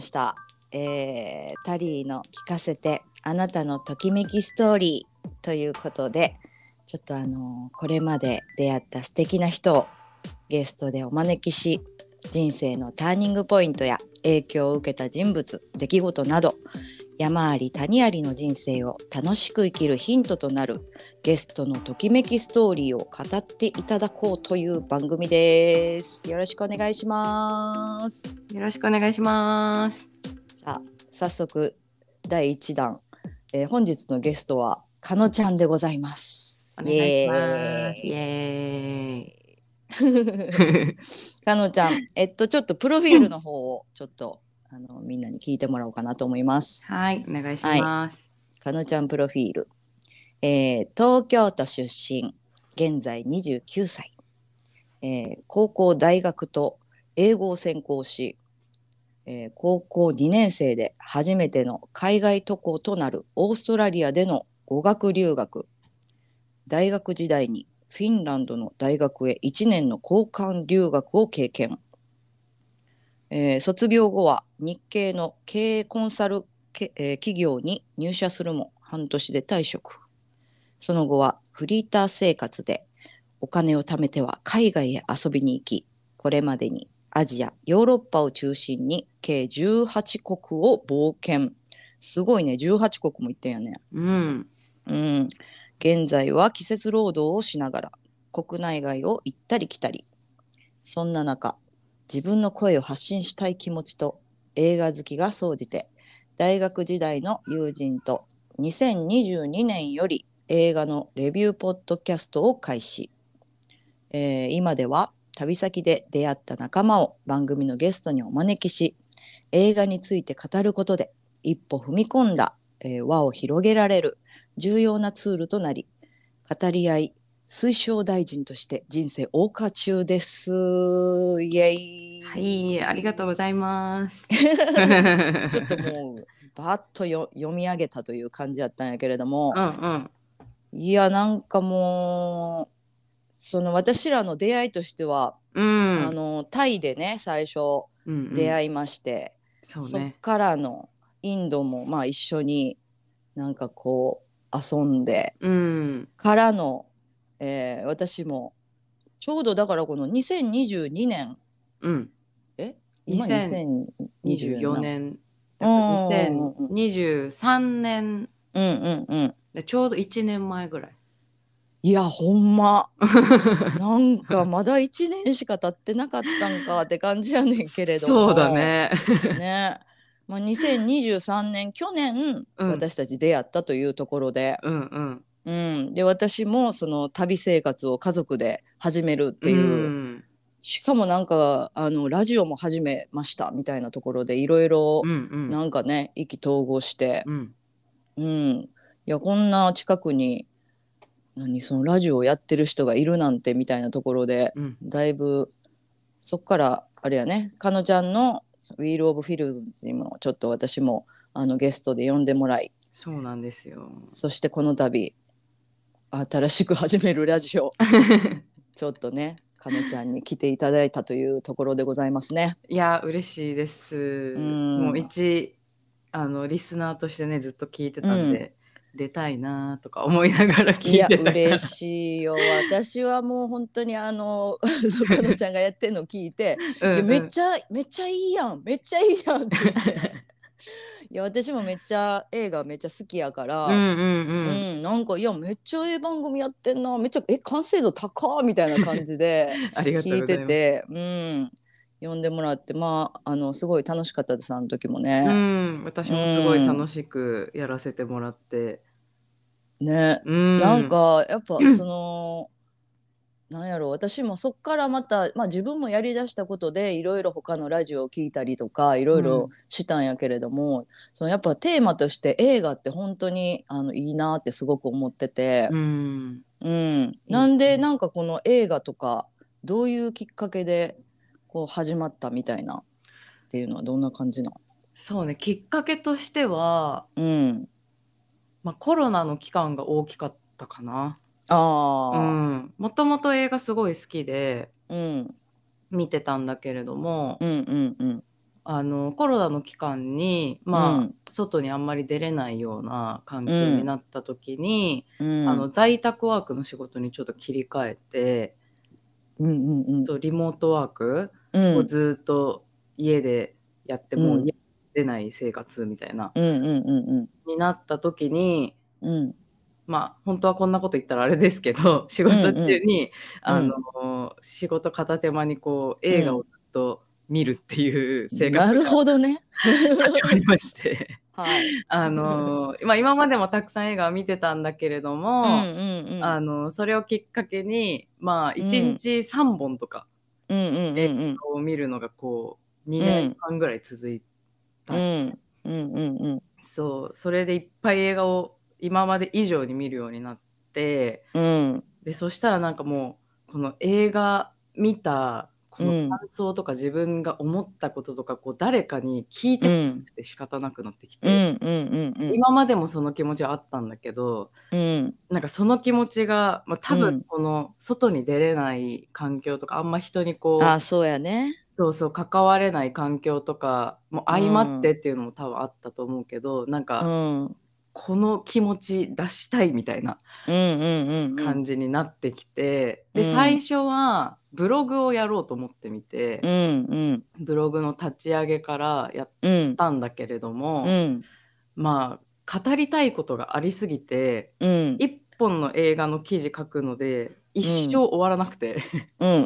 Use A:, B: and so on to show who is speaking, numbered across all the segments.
A: した。えータリーの聞かせてあなたのときめきストーリーということで、ちょっとあのこれまで出会った素敵な人をゲストでお招きし、人生のターニングポイントや影響を受けた人物、出来事など、山あり谷ありの人生を楽しく生きるヒントとなるゲストのときめきストーリーを語っていただこうという番組です。よろしくお願いします。
B: よろしくお願いします。
A: さあ早速第1弾、えー本日のゲストはかのちゃんでございます。
B: お願いします。
A: イ
B: イ
A: エ
B: エ
A: ーイ
B: ーイ。
A: かのちゃん、えっとちょっとプロフィールの方をちょっとあのみんなに聞いてもらおうかなと思います。
B: はい、お願いします。
A: かのちゃんプロフィール、えー東京都出身、現在29歳、えー高校大学と英語を専攻し、えー高校2年生で初めての海外渡航となるオーストラリアでの語学留学大学時代にフィンランドの大学へ1年の交換留学を経験、えー卒業後は日系の経営コンサルけ、えー企業に入社するも半年で退職その後はフリーター生活でお金を貯めては海外へ遊びに行きこれまでにアジアヨーロッパを中心に計18国を冒険すごいね18国も行ってんよね
B: うん。
A: うん、現在は季節労働をしながら国内外を行ったり来たりそんな中自分の声を発信したい気持ちと映画好きが総じて大学時代の友人と2022年より映画のレビューポッドキャストを開始、えー今では旅先で出会った仲間を番組のゲストにお招きし映画について語ることで一歩踏み込んだ、えー輪を広げられる重要なツールとなり語り合い推奨大臣として人生謳歌中ですイエイ、
B: はい、ありがとうござ います。
A: ちょっともうバーッとよ読み上げたという感じだったんやけれども、
B: うんうん。
A: いやなんかもうその私らの出会いとしては、
B: うん。
A: あのタイでね最初
B: うんうん
A: 出会いまして、
B: そう
A: そっ
B: ね。
A: からのインドもまあ一緒になんかこう遊んで
B: うん。
A: からの、えー私もちょうどだからこの2022年
B: うん。
A: え今
B: 2024
A: 2024
B: 年。
A: うんうんうん
B: 2023年。
A: うんうんうん
B: でちょうど1年前ぐらい。
A: いやほん まなんかまだ1年しか経ってなかったんかって感じやねんけれども
B: そうだね。
A: ねまあ、2023年去年、
B: うん
A: 私たち出会ったというところで,、
B: うん
A: う
B: うん。
A: ん、で私もその旅生活を家族で始めるっていう、
B: うん
A: しかもなんかあのラジオも始めましたみたいなところでいろいろ
B: うんうん。
A: なんかね意気投合して、
B: うん。
A: うん、いやこんな近くに何そのラジオをやってる人がいるなんてみたいなところで
B: うん。
A: だいぶそっからあれやねかのちゃんの「ウィール・オブ・フィルムズ」にもちょっと私もあのゲストで呼んでもらい
B: そうなんです よ。
A: そしてこの度新しく始めるラジ オちょっとねかのちゃんに来ていただいたというところでございますね。
B: いや嬉しいです。
A: ん
B: もう一あのリスナーとしてねずっと聞いてたんで、出たいなとか思いながら聞
A: い
B: い
A: や
B: てた
A: 嬉しいよ私はもう本当にあの そうかのちゃんがやってるの聞いて「
B: うん
A: いや
B: うん
A: めっちゃめっちゃいいやんめっちゃいいやん」って言って いや私もめっちゃ映画めっちゃ好きやから、
B: うん
A: う
B: うんうん。
A: んなんかいやめっちゃええ番組やってんなめっちゃえ完成度高っみたいな感じで
B: ありがとう
A: 聞い
B: ござい
A: て
B: ます。
A: てうん呼んでもらってまああのすごい楽しかったですあの時も
B: う
A: ね。
B: ん、私もすごい楽しくやらせてもらって、
A: ね
B: うん、
A: なんかやっぱそのなんやろう私もそっからまた、まあ、自分もやりだしたことでいろいろ他のラジオを聞いたりとかいろいうろ
B: ん
A: したんやけれども、そのやっぱテーマとして映画って本当にあのいいなってすごく思ってて、
B: うん、
A: うんなんでなんかこの映画とかどういうきっかけでこう始まったみたいなっていうのはどんな感じなの
B: そうねきっかけとしては、
A: うん、
B: まあ、コロナの期間が大きかったかな。う
A: あ
B: ん、もともと映画すごい好きで
A: ー、うん、
B: 見てたんだけれども、
A: うんうんうん
B: あのコロナの期間に、まあ
A: うん
B: 外にあんまり出れないような環境になった時に、
A: うん、
B: あの在宅ワークの仕事にちょっと切り替えて、
A: うんうん
B: そうリモートワーク
A: うん
B: をずっと家でやって
A: う
B: も、
A: ん
B: 家出ない生活みたいな、
A: うんうんうん
B: になった時に
A: うんうん
B: まあ本当はこんなこと言ったらあれですけど 仕事中に、あの仕事片手間にこう映画をずっと見るっていう生活
A: なるほどね。
B: 始まりまして。
A: はい。
B: あのーまあ、今までもたくさん映画を見てたんだけれども、
A: うんうんうん。
B: あのーそれをきっかけに、まあ、1日3本とか
A: うんうんうん
B: を見るのがこう2年半ぐらい続いて、
A: うん。うんうんうんうん
B: そうそれでいっぱい映画を今まで以上に見るようになって
A: うん
B: でそしたらなんかもうこの映画見たこ
A: うん
B: の感想とか自分が思ったこととかこう誰かに聞いて
A: う
B: ほ
A: ん
B: しくて仕方なくなってき
A: うんう
B: て、
A: んうん
B: 今までもその気持ちはあったんだけど、
A: うん
B: なんかその気持ちが、まあ、多
A: うん
B: 分この外に出れない環境とか、あんま人にこ
A: あ
B: う
A: そうやね。
B: そうそう関われない環境とかも相まってっていうのも多分あったと思うけど、なん
A: う
B: か
A: んうん
B: この気持ち出したいみたいな
A: うんうんうん
B: 感じになってきて、
A: う
B: で
A: ん
B: 最初はブログをやろうと思ってみて
A: う、んうん
B: ブログの立ち上げからやっ
A: うん
B: たんだけれども、
A: うん
B: まあ語りたいことがありすぎて
A: うん
B: 一本の映画の記事書くので一生終わらなくて。
A: うん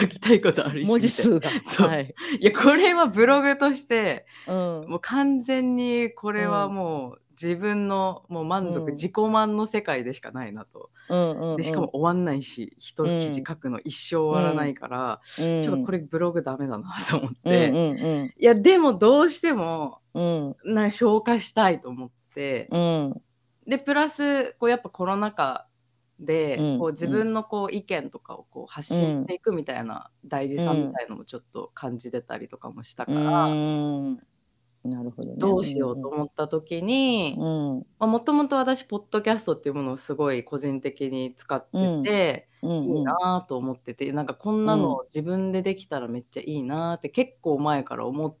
B: 書きたいことある
A: 文字数が
B: そう
A: はい
B: いやこれはブログとして
A: うん
B: もう完全にこれはもう自分のもう満足、
A: うん
B: 自己満の世界でしかないなと
A: うんうんうん
B: でしかも終わんないし一記事書くの一生終わらないから、
A: うん
B: ちょっとこれブログダメだなと思っ
A: うん
B: て、
A: うん
B: いやでもどうしても
A: うん
B: なんか消化したいと思って、
A: うん
B: でプラスこうやっぱコロナ禍で、
A: うん
B: こう自分のこう意見とかをこう発信していくみたいな大事さみたいのもちょっと感じてたりとかもした
A: う
B: から、
A: んなるほどね
B: どうしようと思った時に
A: うんうん
B: もともと私ポッドキャストっていうものをすごい個人的に使って
A: う
B: て、
A: ん
B: いい
A: うん
B: なと思っててなんかこんなの自分でできたらめっちゃいいなって結構前から思っ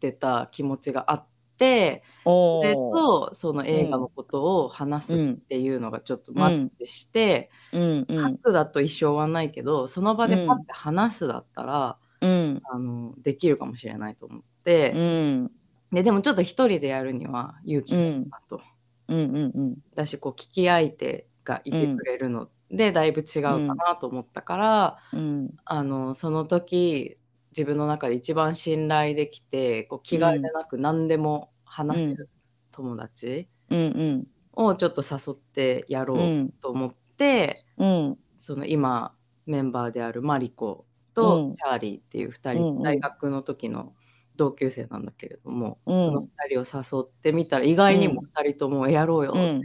B: てた気持ちがあって
A: お
B: そ
A: ー
B: れとその映画のことを話す
A: うん
B: っていうのがちょっとマッチして、
A: うんう
B: 書
A: ん
B: くだと一生はないけどその場でパッて話すだったら、
A: うん
B: あのできるかもしれないと思って、
A: うん
B: ででもちょっと一人でやるには勇気がいるなと、
A: うんうんうん
B: だしこう聞き相手がいてくれるので、だいぶ違うかなと思ったから、
A: うん
B: あのその時自分の中で一番信頼できてこう気概でなく何でも話せる友達
A: うん
B: をちょっと誘ってやろ
A: うんう
B: うんと思って。
A: うん
B: その今メンバーであるマリコと、
A: うん
B: チャーリーっていう2
A: うんう
B: 人、
A: ん
B: 大学の時の同級生なんだけれども、
A: うん
B: その2人を誘ってみたら意外にも2人ともやろうよ
A: う
B: って
A: ん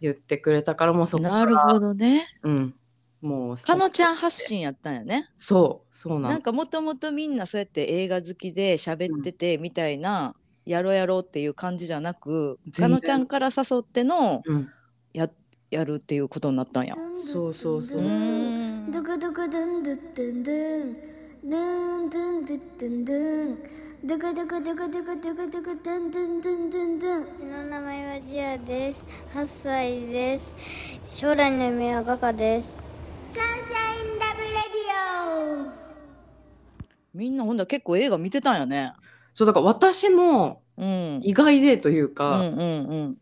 B: 言ってくれたからもうそこか
A: な
B: ら
A: るほどね
B: うん、もう
A: かのちゃん発信やったんやね
B: そうそうな
A: なんんかもともとみんなそうやって映画好きで喋っててみたいな、やろうやろうっていう感じじゃなく
B: 全然
A: かのちゃんから誘っての
B: うん、
A: ややるっていうことになったんや。
B: そうそうそうう
A: ーん
C: ドクドクドンドゥッドゥンドゥンドゥンドゥンドゥッドゥンドゥンドクドクドクドクドクドクドンドゥンドゥンドゥンドゥン私の名前はジアです8歳です将来の夢は画家ですサンシャインラブレディオ
A: みんなほんだら結構映画見てたんやね。
B: そうだから私も
A: うん。
B: 意外でという
A: う
B: か,、だか
A: んうんうん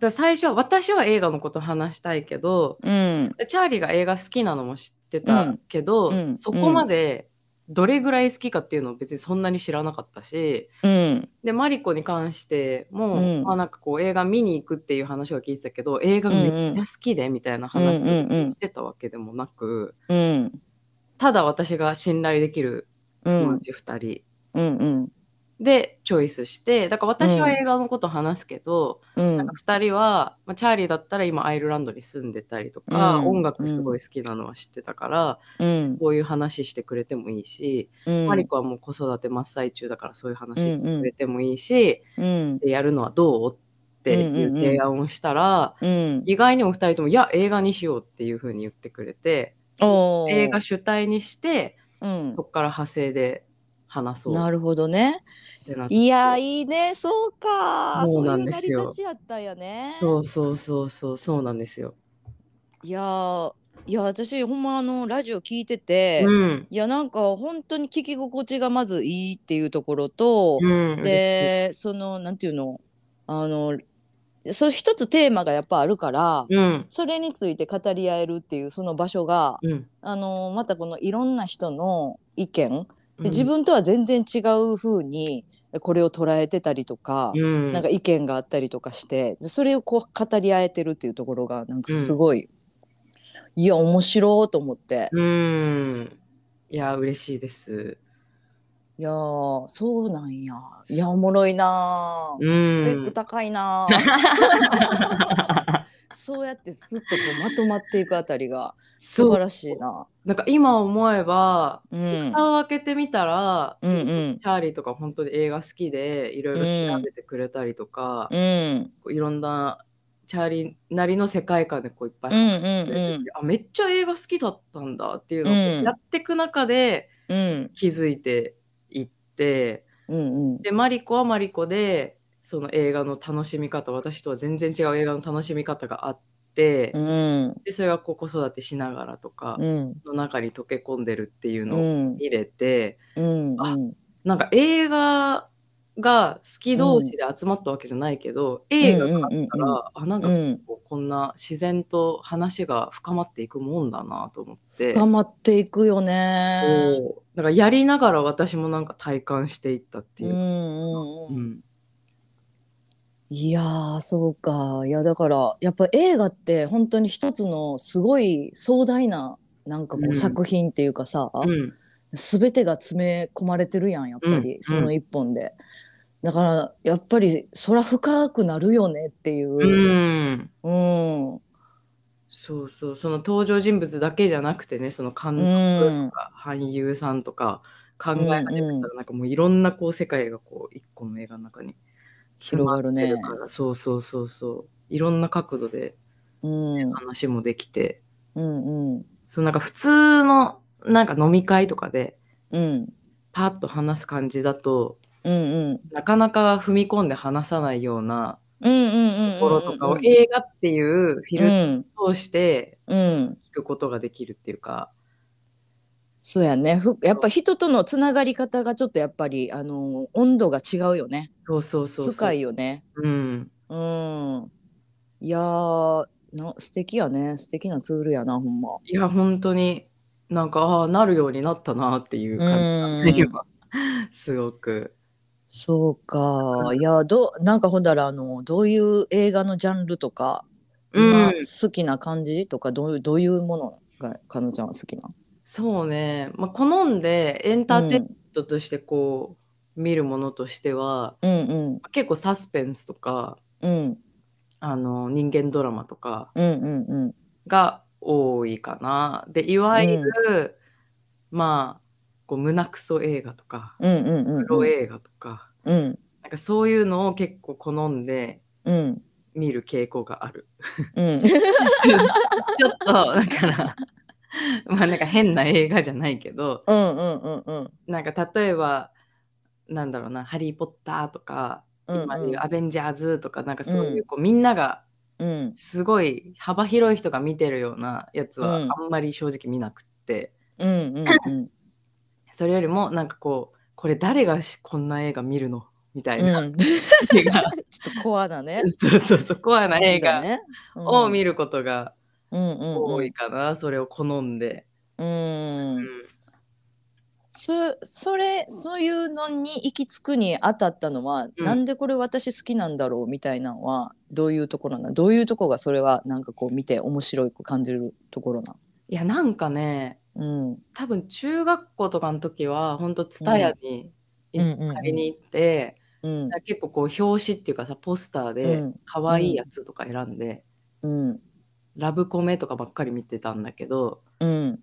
B: ら最初は私は映画のこと話したいけど
A: うん
B: チャーリーが映画好きなのも知ってたけど、
A: うんうん
B: そこまでどれぐらい好きかっていうのを別にそんなに知らなかったし、
A: うん
B: でマリコに関しても、
A: うん
B: まあなんかこう映画見に行くっていう話は聞いてたけど映画めっちゃ好きでみたいな話
A: うんうんうん
B: をしてたわけでもなく、
A: うん
B: ただ私が信頼できる
A: う
B: 友
A: ん
B: 達2人
A: うんうん
B: でチョイスしてだから私は映画のこと話すけど、
A: うん
B: なんか2人は、まあ、チャーリーだったら今アイルランドに住んでたりとか、
A: うん
B: 音楽すごい好きなのは知ってたから、
A: うん
B: こういう話してくれてもいいし、
A: うん
B: マリコはもう子育て真っ最中だからそういう話してくれてもいいし。
A: うん
B: でやるのはどうっていう提案をしたら、
A: うん
B: 意外にお二人とも「いや映画にしよう」っていうふうに言ってくれて
A: おー
B: 映画主体にして
A: うん
B: そこから派生で話そうっ
A: なるほどね。
B: てなって
A: いやいいねそうか
B: そうなんです
A: そ
B: よ
A: ういう成り立ちやったんやね。
B: そうそうそうそうそうなんですよ。
A: いやーいや私ほんまあのラジオ聞いてて、
B: うん。
A: いやなんか本当に聞き心地がまずいいっていうところと、
B: うん、
A: でそのなんていうのあのそう一つテーマがやっぱあるから、
B: 嬉しい、うん。
A: それについて語り合えるっていうその場所が、
B: うん。
A: あのまたこのいろんな人の意見
B: うん
A: で自、分とは全然違う風にこれを捉えてたりとか、
B: うん、
A: なんか意見があったりとかしてでそれをこう語り合えてるっていうところがなんかすごい、いや面白いと思って、
B: うん。いや、嬉しいです。
A: いやーそうなんやいやおもろいなー、
B: う
A: ス
B: ん
A: ペック高いなー そうやってすっとこうまとまっていくあたりが素
B: そ
A: 晴
B: う。
A: らしいな。
B: なんか今思えば、
A: うん
B: 蓋を開けてみたら、
A: うんうん
B: チャーリーとか本当に映画好きで、いろいろ調べてくれたりとか、
A: うん
B: こういろんなチャーリーなりの世界観でこういっぱい
A: うん
B: 話
A: う
B: してくれ
A: ん
B: ててあめっちゃ映画好きだったんだっていうのをこ
A: うん
B: うやっていく中で
A: うんうん
B: 気づいていって、
A: うんうん
B: でマリコはマリコでその映画の楽しみ方私とは全然違う映画の楽しみ方があって、
A: うん
B: でそれがこう子育てしながらとか
A: うん
B: の中に溶け込んでるっていう
A: う
B: のを
A: ん
B: 見れて、
A: うん
B: あなんか映画が好き同士で集まったわけじゃないけど、映画があったら、
A: うん
B: あなんか
A: うん
B: こうこんな自然と話が深まっていくもんだなと思って。
A: 頑張っていくよね
B: こうなんかやりながら私もなんか体感していったって
A: う
B: い
A: ん
B: う。
A: うん
B: う
A: うん
B: ん
A: いやーそうかいやだからやっぱ映画って本当に一つのすごい壮大ななんかこ
B: うん
A: う作品っていうかさ、
B: うん
A: 全てが詰め込まれてるやんやっぱり、
B: うん
A: その一本で。だからやっぱりそら深くなるよねっていうう、
B: ん
A: うん
B: そうそうその登場人物だけじゃなくてねその監督とか俳優さんとか考え始めたらなんかもういろんなこう世界がこう一個の映画の中に詰
A: 広
B: ま
A: がる
B: って
A: ね
B: る。からそうそうそうそういろんな角度で
A: うん、うん
B: 話もできて
A: うん
B: そうなんか普通のなんか飲み会とかで
A: うん
B: パッと話す感じだと
A: うんうん
B: なかなか踏み込んで話さないような
A: うんうんうんうんうん
B: ところとかを映画っていうフィ
A: う
B: ル
A: ん
B: ターを通して
A: うん
B: 聞くことができるっていうか、
A: そうやねふやっぱ人とのつながり方がちょっとやっぱりあの温度が違うよね
B: そうそうそうそう
A: 深いよね
B: うん、
A: うんいやーな素敵やね素敵なツールやなほんま
B: いや本当になんかああなるようになったなっていう感じが今 すごく
A: そうかいやどうなんかほんだらあのどういう映画のジャンルとか、
B: うん
A: 今好きな感じとかどういうどういうものがかのちゃんは好きな
B: そうね、まあ、好んでエンターテインメントとしてこう、見るものとしては
A: うん
B: 結構サスペンスとか
A: うんうん
B: あの人間ドラマとか
A: うんうんうん
B: が多いかなでいわゆる、まあこう胸クソ映画とか
A: うんうんうんうん
B: プロ映画とか、
A: うん
B: なんかそういうのを結構好んで
A: うん
B: 見る傾向がある。
A: うん
B: ちょっと だからまあなんか変な映画じゃないけど
A: うんうんうんうん
B: なんか例えばなんだろうな「ハリー・ポッター」とか
A: うん
B: 今いう「アベンジャーズ」とかなんかそういううこうみんなが
A: うん
B: すごい幅広い人が見てるようなやつは
A: うん
B: あんまり正直見なくって
A: うんうんうん
B: それよりもなんかこうこれ誰がしこんな映画見るのみたいな
A: うんち
B: 映
A: ょ
B: 画
A: っとコアなね
B: そうそうそうコアな映画
A: ね
B: を見
A: る
B: ることが
A: うんうん
B: 多
A: う
B: い
A: ん
B: かな、それを好んで、
A: うんそそれそういうのに行き着くにあたったのは、
B: うん
A: なんでこれ私好きなんだろうみたいなのはどういうところなんどういうとこがそれはなんかこう見て面白く感じるところない
B: やなんかね
A: んうん
B: 多分中学校とかの時は本当ツタヤにいつも借りに行って、
A: うん
B: なんか結構こう表紙っていうかさポスター
A: う
B: で
A: ん
B: 可愛いやつとか選んで、
A: うん
B: ラブコメとかばっかり見てたんだけど
A: うん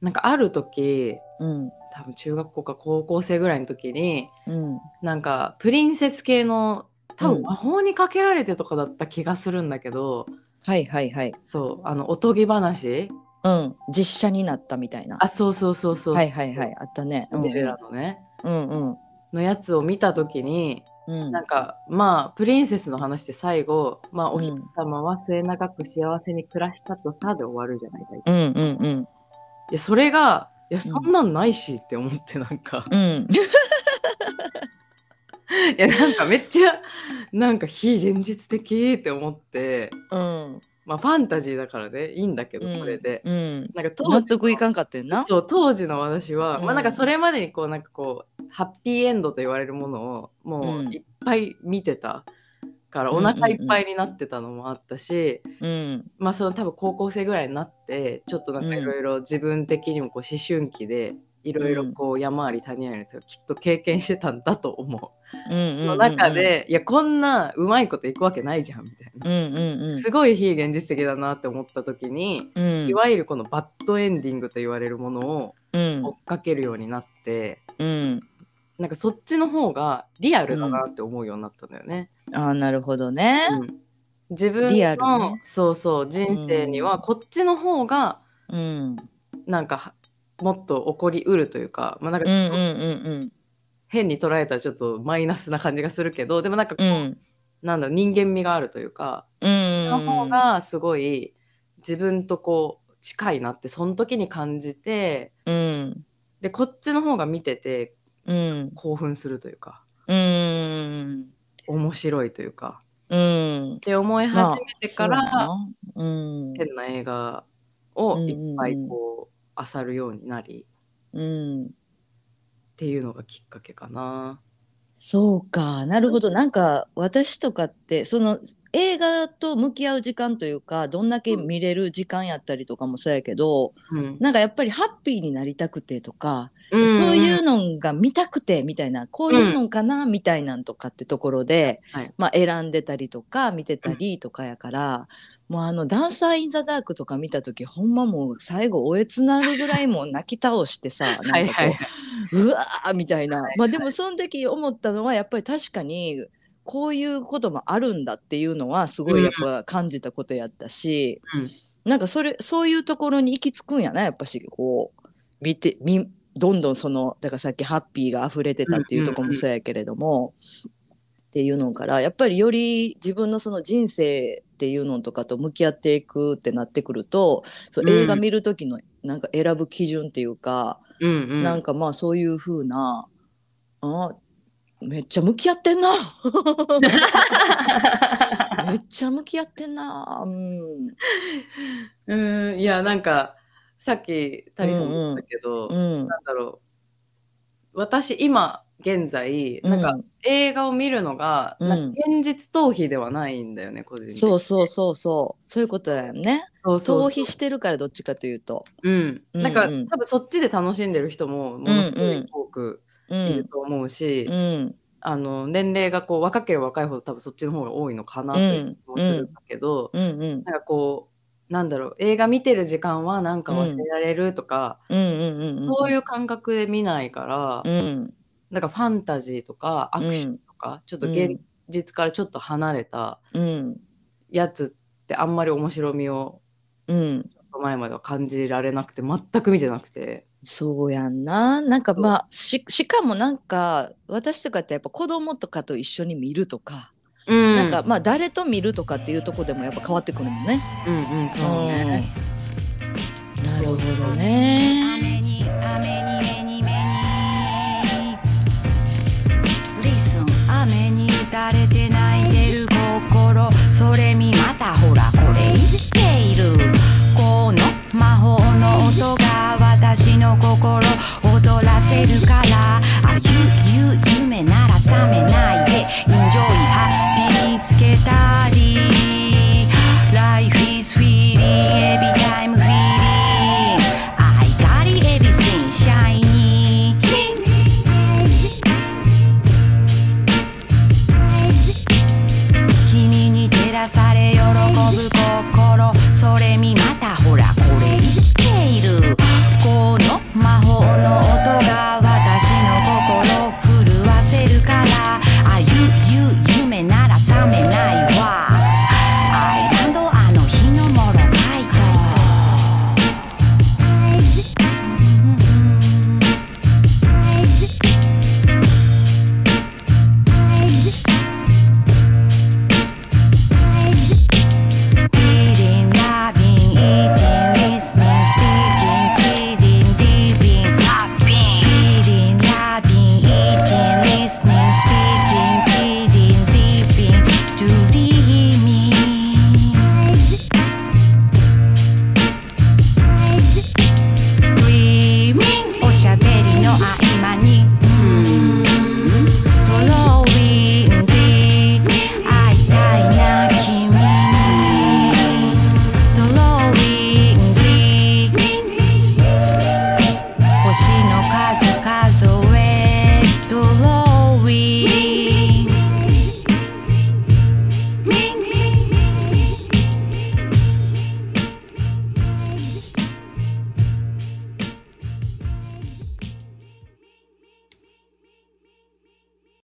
B: なんかある時
A: うん
B: 多分中学校か高校生ぐらいの時に
A: うん
B: なんかプリンセス系の多
A: うん
B: 分魔法にかけられてとかだった気がするんだけど、
A: はいはいはい
B: そうあのおとぎ話
A: うん実写になったみたいな
B: あそうそうそうそう、
A: はいはいはいあったね
B: シンデレラのね、
A: うんうん
B: のやつを見た時に
A: うん
B: なんかまあプリンセスの話って最後まあお
A: う
B: 姫
A: ん
B: 様は末永く幸せに暮らしたとさで終わるじゃない大体
A: うんうんうん
B: いやそれがい
A: う
B: や
A: ん
B: そんなんないしって思ってなんか、
A: うん
B: いやなんかめっちゃなんか非現実的って思って
A: うん
B: まあファンタジーだからねいいんだけどこれで、
A: うん
B: なんか当時の
A: 納得いかんかったよな
B: そう当時の私は、
A: うん
B: まあなんかそれまでにこうなんかこうハッピーエンドと言われるものをも
A: うん
B: ういっぱい見てたから、
A: うんうんうん
B: お腹いっぱいになってたのもあったし、
A: うん
B: まあその多分高校生ぐらいになってちょっとなんかいろいろ自分的にもこう思春期でいろいろこう山あり谷ありとかきっと経験してたんだと思う。
A: うんうんうん
B: の中でいやこんなうまいこといくわけないじゃんみたいな。
A: うんうんうん
B: すごい非現実的だなって思った時に、
A: うん
B: いわゆるこのバッドエンディングと言われるものを
A: うん
B: 追っかけるようになって、
A: うん
B: なんかそっちの方がリアルだなって思うようになったんだよね。
A: ああなるほどね
B: うん自分の
A: リアルね
B: そうそう人生に
A: う
B: は
A: ん
B: こっちの方が
A: うん
B: なんかはもっと起こりうるというか、まあ、なん
A: うんうん
B: か
A: うん
B: 変に捉えたらちょっとマイナスな感じがするけどでもなんかこ
A: う
B: う、
A: ん
B: なんだろう人間味があるというか、
A: うん
B: その方がすごい自分とこう近いなってその時に感じて
A: うん
B: でこっちの方が見てて
A: うん
B: 興奮するというか
A: うん
B: 面白いというか
A: うん
B: って思い始めてから、
A: まあそうやなうん
B: 変な映画を
A: うんうんうん
B: いっぱいこう漁るようになり
A: うん
B: っていうのがきっかけかな。
A: そうかなるほどなんか私とかってその映画と向き合う時間というかどんだけ見れる時間やったりとかもそうやけど
B: うん
A: なんかやっぱりハッピーになりたくてとか、
B: ん
A: そういうのが見たくてみたいなこういうのかなみたいなんとかってところで、
B: はい
A: まあ、選んでたりとか見てたりとかやから、もうあの「ダンサー・イン・ザ・ダーク」とか見た時ほんまもう最後おえつなるぐらいもう泣き倒してさなんかこう、
B: はいはいは
A: うわーみたいな、
B: はい
A: まあでもその時思ったのはやっぱり確かにこういうこともあるんだっていうのはすごいやっぱ感じたことやったし、なんかそれそういうところに行き着くんやなやっぱしこう見てみどんどんそのだからさっきハッピーが溢れてたっていうところもそうやけれども、っていうのからやっぱりより自分のその人生っていうのとかと向き合っていくってなってくるとそう
B: うん
A: 映画見る時のなんか選ぶ基準っていうか、
B: うんうん
A: なんかまあそういう風なあめっちゃ向き合ってん なめっちゃ向き合ってんなうん
B: うんいやなんかさっき谷さんも言ったけど、
A: うん
B: なんだろう私今現在
A: う
B: なんか
A: ん
B: 映画を見るのが、
A: うん
B: なんか現実逃避ではないんだよね個人的に
A: そうそうそうそうそういうことだよね
B: そう
A: 逃
B: そう
A: 避してるからどっちかというと
B: うんなんか、
A: うんうん
B: 多分そっちで楽しんでる人もものすごい多く
A: う
B: いる
A: ん
B: と思うし、
A: うん
B: あの年齢がこう若ければ若いほど多分そっちの方が多いのかなっていう気もするんだけど、
A: うんうん
B: なんかこうなんだろう映画見てる時間はなんか忘れられるとか、
A: うんうんうんうん
B: そういう感覚で見ないから、
A: うん
B: なんかファンタジーとかアクションとか、ちょっと現実からちょっと離れた
A: うん
B: やつってあんまり面白みを
A: うん
B: 前までは感じられなくて全く見てなくて。
A: そうやんななんかまあししかもなんか私とかってやっぱ子供とかと一緒に見るとか
B: うん
A: なんかまあ誰と見るとかっていうとこでもやっぱ変わってくるもんね。
B: うんうんそうね、
A: なるほどね。